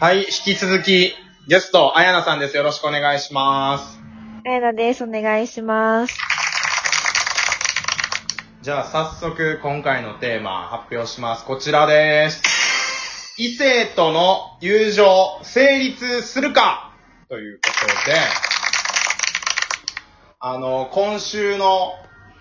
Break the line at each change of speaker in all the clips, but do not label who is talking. はい、引き続き、ゲスト、あやなさんです。よろしくお願いします。
あやなです。お願いします。
じゃあ、早速、今回のテーマ、発表します。こちらです。異性との友情、成立するかということで、あの、今週の、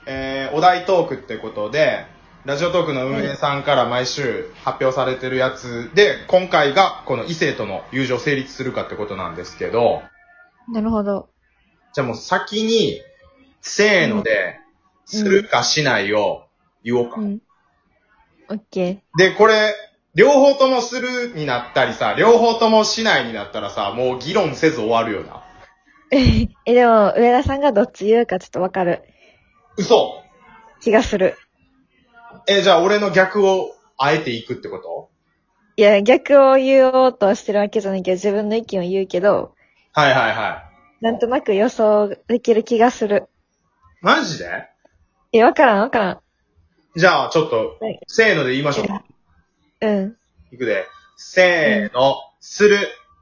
えーお題トークってことで、ラジオトークの運営さんから毎週発表されてるやつで、今回がこの異性との友情成立するかってことなんですけど、
なるほど。
じゃあもう先に、せーので、
うん
するかしないを言おうか。
うん。オッケ
で、これ、両方ともするになったりさ、両方ともしないになったらさ、もう議論せず終わるよな。
ー。え、でも、上田さんがどっち言うかちょっとわかる
嘘
気がする。
え、じゃあ俺の逆をあえていくってこと
いや、逆を言おうとしてるわけじゃないけど、自分の意見を言うけど、
はいはいはい。
なんとなく予想できる気がする。
マジで
え、わからんわからん。
じゃあちょっと
はい、
せーので言いましょう。
うん。
いくで。せーの、する。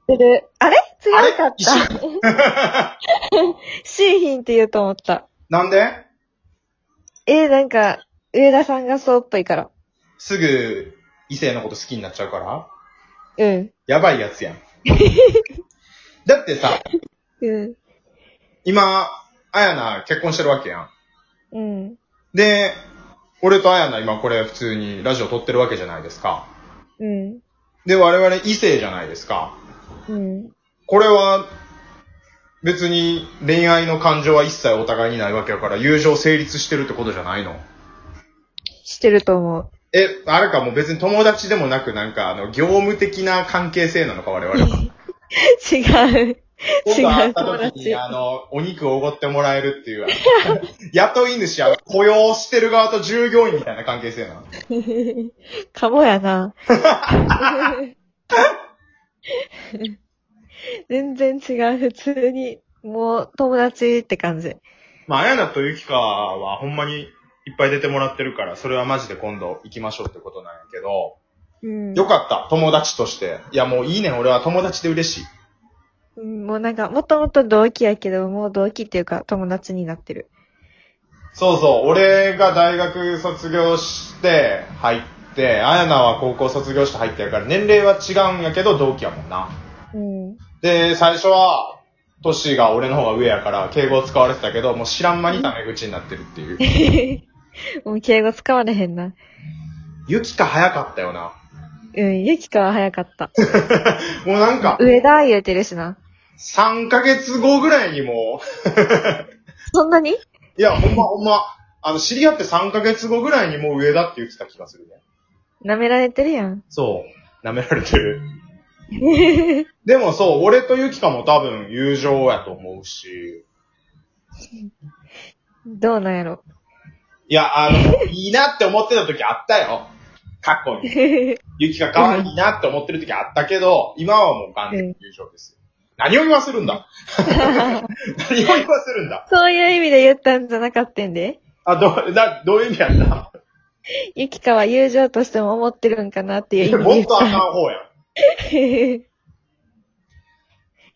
する。あれ強か
あれ
っ
一緒
た。 シーヒンって言うと思った。
なんで
え、なんか、上田さんがそうっぽいから。
すぐ異性のこと好きになっちゃうから
うん。
やばいやつ やん。だってさ、
うん。
今、あやな結婚してるわけやん。
うん。
で、俺とあやな今これ普通にラジオ撮ってるわけじゃないですか。
うん。
で、我々異性じゃないですか。
うん。
これは、別に恋愛の感情は一切お互いにないわけやから、友情成立してるってことじゃないの
してると思う。
え、あれかもう別に友達でもなくなんかあの、業務的な関係性なのか我々 は。
違う。
僕
違う
が会った時に、
友達
あの、お肉をおごってもらえるっていう、あの 雇い主は雇用してる側と従業員みたいな関係性なの。
かもやな。全然違う。普通に、もう友達って感じ。
まあ、あやなとゆきかはほんまにいっぱい出てもらってるから、それはマジで今度行きましょうってことなんやけど、
うん。
よかった、友達として。いや、もういいねん、俺は友達で嬉しい。
うんもうなんか、もともと同期やけど、もう同期っていうか友達になってる。
そうそう、俺が大学卒業して入って、あやなは高校卒業して入ってるから、年齢は違うんやけど同期やもんな。
うん。
で、最初は、トシが俺の方が上やから、敬語を使われてたけど、もう知らん間にタメ口になってるっていう。
もう敬語使われへんな。
ゆきか早かったよな。
うん、ゆきかは早かった。
もうなんか、
上田言うてるしな。
3ヶ月後ぐらいにも
そんなに
う、いや、ほんまほんま、あの、知り合って3ヶ月後ぐらいにもう上だって言ってた気がするね。
舐められてるやん。
そう。舐められて る。でもそう、俺とゆきかも多分友情やと思うし、
どうなんやろ。
いや、あの、 いいなって思ってた時あったよ。過去に。 ゆきが可愛いなって思ってる時あったけど、今はもう完全に優勝ですよ。何を言わせるん だ何を言わせるんだ
そういう意味で言ったんじゃなかったんで。
あ、ど、だ、どういう意味やった
ゆきかは友情としても思ってるんかなっていう意味で
も
言
っ
っ
とあかん
た。
方やん。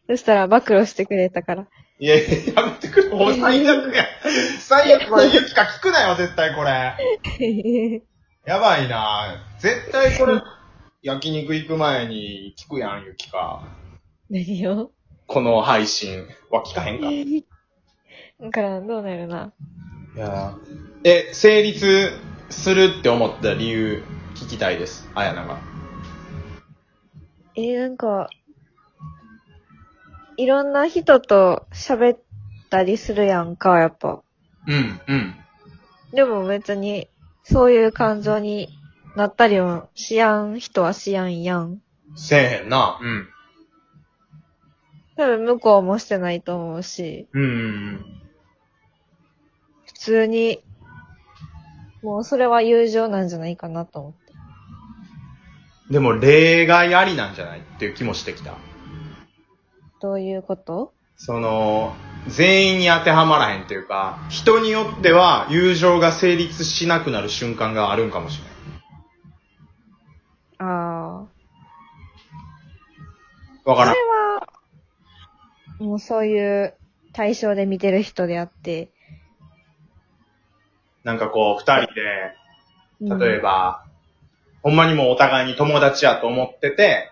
そしたら暴露してくれたから。
いやいや、やめてくれ。もう最悪や。最悪、これ、ゆきか聞くなよ、絶対これ。やばいな絶対これ、焼肉行く前に聞くやん、ゆきか。
何を
この配信は聞かへんか。い
だから、どうなるな。
やえ、成立するって思った理由、聞きたいです。あやなが。
えー、なんか、いろんな人と喋ったりするやんか、やっぱ。
うん、うん。
でも別に、そういう感情になったりもしやん人はしやんやん。
せえへんな。うん。
多分向こうもしてないと思うし。
うんうん
普通に、もうそれは友情なんじゃないかなと思って。
うん。でも、例外ありなんじゃないっていう気もしてきた。
どういうこと
その、全員に当てはまらへんというか、人によっては友情が成立しなくなる瞬間があるんかもしれない。
ああ。
わ
そ
か
れ
らん。
は、もうそういう対象で見てる人であって。
なんかこう、二人
うん
で、例え。ば、ほんまにもうお互いに友達やと思ってて、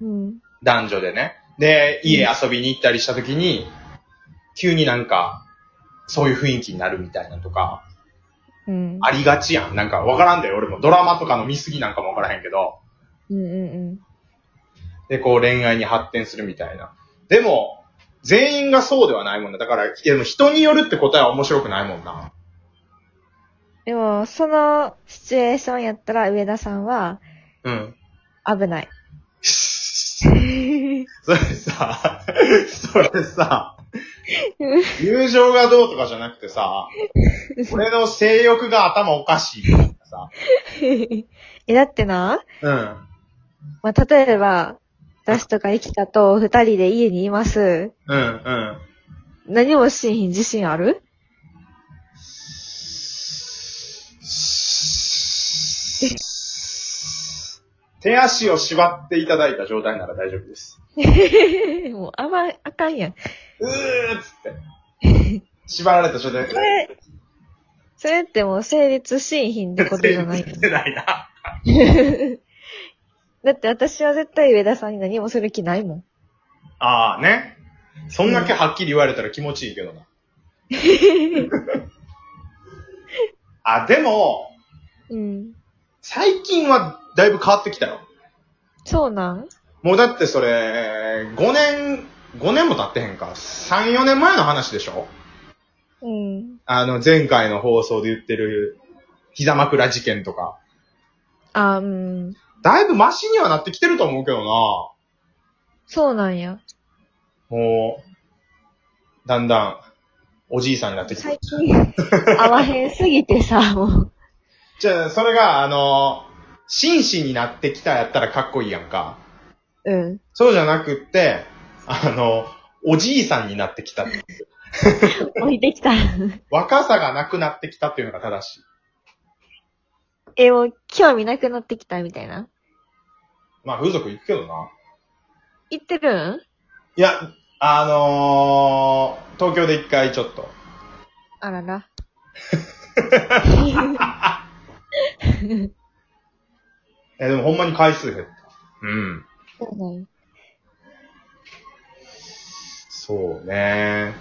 うん。
男女でね。で、
うん
家遊びに行ったりした時に、急になんか、そういう雰囲気になるみたいなとか、
うん。
ありがちやん。なんかわからんだよ、俺も。ドラマとかの見過ぎなんかもわからへんけど。
うんうん
で、こう恋愛に発展するみたいな。でも、全員がそうではないもんな。だから、いやでも人によるって答えは面白くないもんな。
でも、そのシチュエーションやったら、上田さんは
うん。
危ない。
それさ、それさ、友情がどうとかじゃなくてさ、俺の性欲が頭おかしいみたいなさ。
え、だってな、
うん。
まあ、例えば、私とか生きたと二人で家にいます。
うん、うん。
何もしんひん自信ある
手足を縛っていただいた状態なら大丈夫です。
もう、あんま、あかんやん。
うーっつって。縛られた状態。
それ、それってもう成立しんひんってことじゃない。
てないな。
だって私は絶対上田さんに何もする気ないもん。
ああね。そんだけはっきり言われたら気持ちいいけど な。あ、でも、
うん。
最近はだいぶ変わってきたよ。
そうなん
もうだってそれ、5年、5年も経ってへんか。3、4年前の話でしょ
うん。
あの、前回の放送で言ってる、膝枕事件とか。
あ、うん。
だいぶマシにはなってきてると思うけどな。
そうなんや。
もう、だんだん、おじいさんになってきて
最。 近、合わへんすぎてさ、もう。
じゃあ、それが、あの、紳士になってきたやったらかっこいいやんか。
うん。
そうじゃなくって、あの、おじいさんになってきたって。
置いてきた。
若さがなくなってきたっていうのが正しい。
え、もう、興味なくなってきたみたいな。
まあ、風俗行くけどな。
言ってるん
いや、あのー、東京で一回ちょっと。
あら ら。
え、でもほんまに回数減った。うん。
そうなんや
そうね。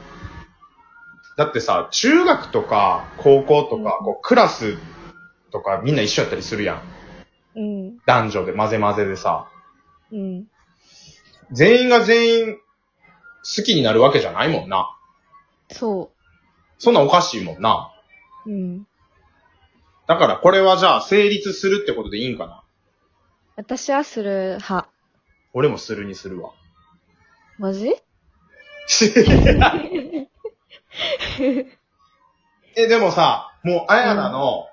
だってさ、中学とか高校とか、こうクラスとかみんな一緒やったりするやん。
うん。
男女で混ぜ混ぜでさ。
うん。
全員が全員好きになるわけじゃないもんな。
そ
そんなんおかしいもんな。
う。うん。
だからこれはじゃあ成立するってことでいいんかな。
私はする派。
俺もするにするわ。
マジ
え、でもさ、もうあやなの、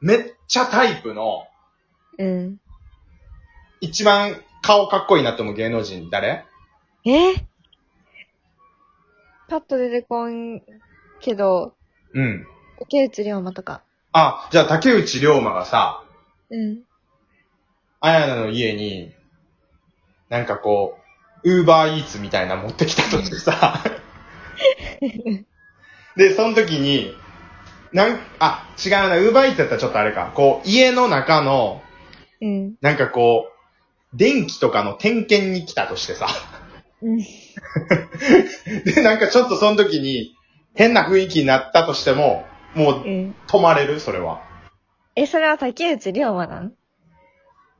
めっちゃタイプの、
うん。
一番顔かっこいいなって思う芸能人誰
えパッと出てこんけど、
うん。
池内涼真とか。
あ、じゃあ竹内涼真がさ、
うん。
あやなの家に、なんかこう、ウーバーイーツみたいなの持ってきたとしてさ、で、その時に、なん、あ、違うな、ウーバーイーツやったらちょっとあれか、こう、家の中の、
うん。
なんかこう、電気とかの点検に来たとしてさ、
うん。
で、なんかちょっとその時に、変な雰囲気になったとしても、もう、
うん。
止まれるそれは。
え、それは竹内涼真なん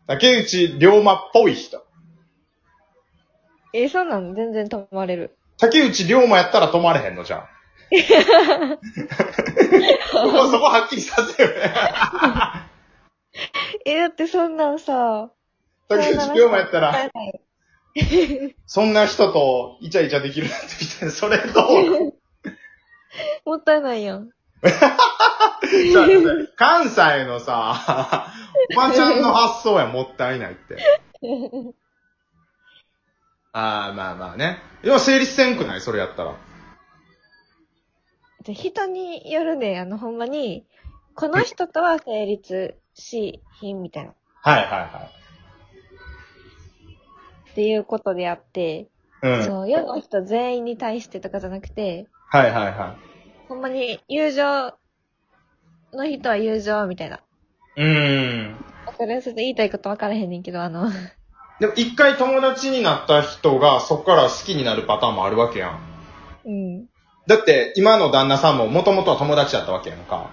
竹内涼真っぽい人。
え、そんなん全然止まれる。
竹内涼真やったら止まれへんのじ ゃん。そこ、そこはっきりさせよね。
え、だってそんなんさ、
竹内涼真やったら、
はい
そんな人とイチャイチャできるなんてみたいな、それと、
もったいないやん。
じゃあ関西のさ、おばちゃんの発想やもったいないって。ああ、まあまあね。でも成立せんくないそれやったら。
で人によるね、あの、ほんまに、この人とは成立し、ひんみたいな。
はいはいはい。
っていうことであって、
うん。はい
その世の人全員に対してとかじゃなくて、
はいは
ほんまに友情の人は友情みたいな。
い。うーん。
わかるちょっと言いたいことわからへんねんけど、あの、
でも一回友達になった人がそこから好きになるパターンもあるわけやん。
うん。
だって今の旦那さんももともとは友達だったわけやんか。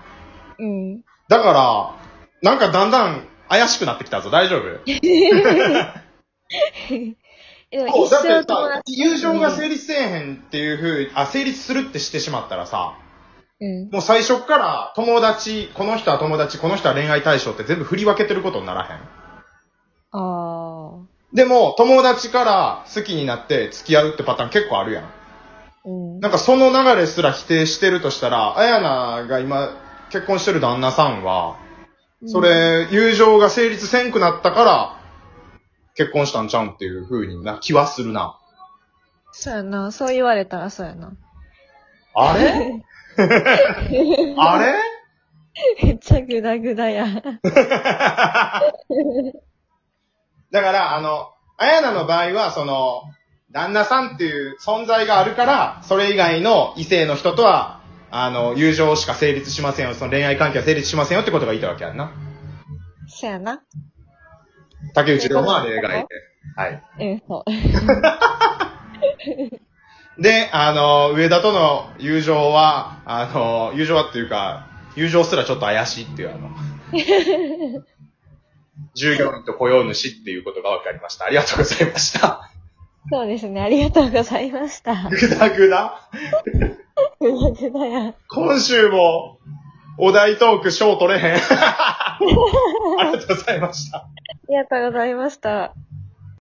うん。
だから、なんかだんだん怪しくなってきたぞ。大丈夫
でも
そう
一
だって
生友
さ
達。、
友情が成立せえへんっていうふうあ、成立するってしてしまったらさ、
うん。
もう最初っから友達、この人は友達、この人は恋愛対象って全部振り分けてることにならへん。
あ
でも、友達から好きになって付き合うってパターン結構あるやん。
あ。うん。
なんかその流れすら否定してるとしたら、あやなが今結婚してる旦那さんは、それ、友情が成立せんくなったから、結婚したんちゃうんっていう風にな気はするな。
そうやな。そう言われたらそうやな。
あれあれ
めっちゃグダグダや。
だから、あの、あやなの場合は、その、旦那さんっていう存在があるから、それ以外の異性の人とは、あの、友情しか成立しませんよ、その恋愛関係は成立しませんよってことが言いたいわけやんな。
そうやな。
竹内涼真は例外で。はい。
うん、そう。
で、あの、上田との友情は、あの、友情はっていうか、友情すらちょっと怪しいっていうあの、従業員と雇用主っていうことが分かりました。ありがとうございました。
そうですね。ありがとうございました。
ぐだぐだ。
グダグダや。
今週も、お題トーク賞取れへん。ありがとうございました。
ありがとうございました。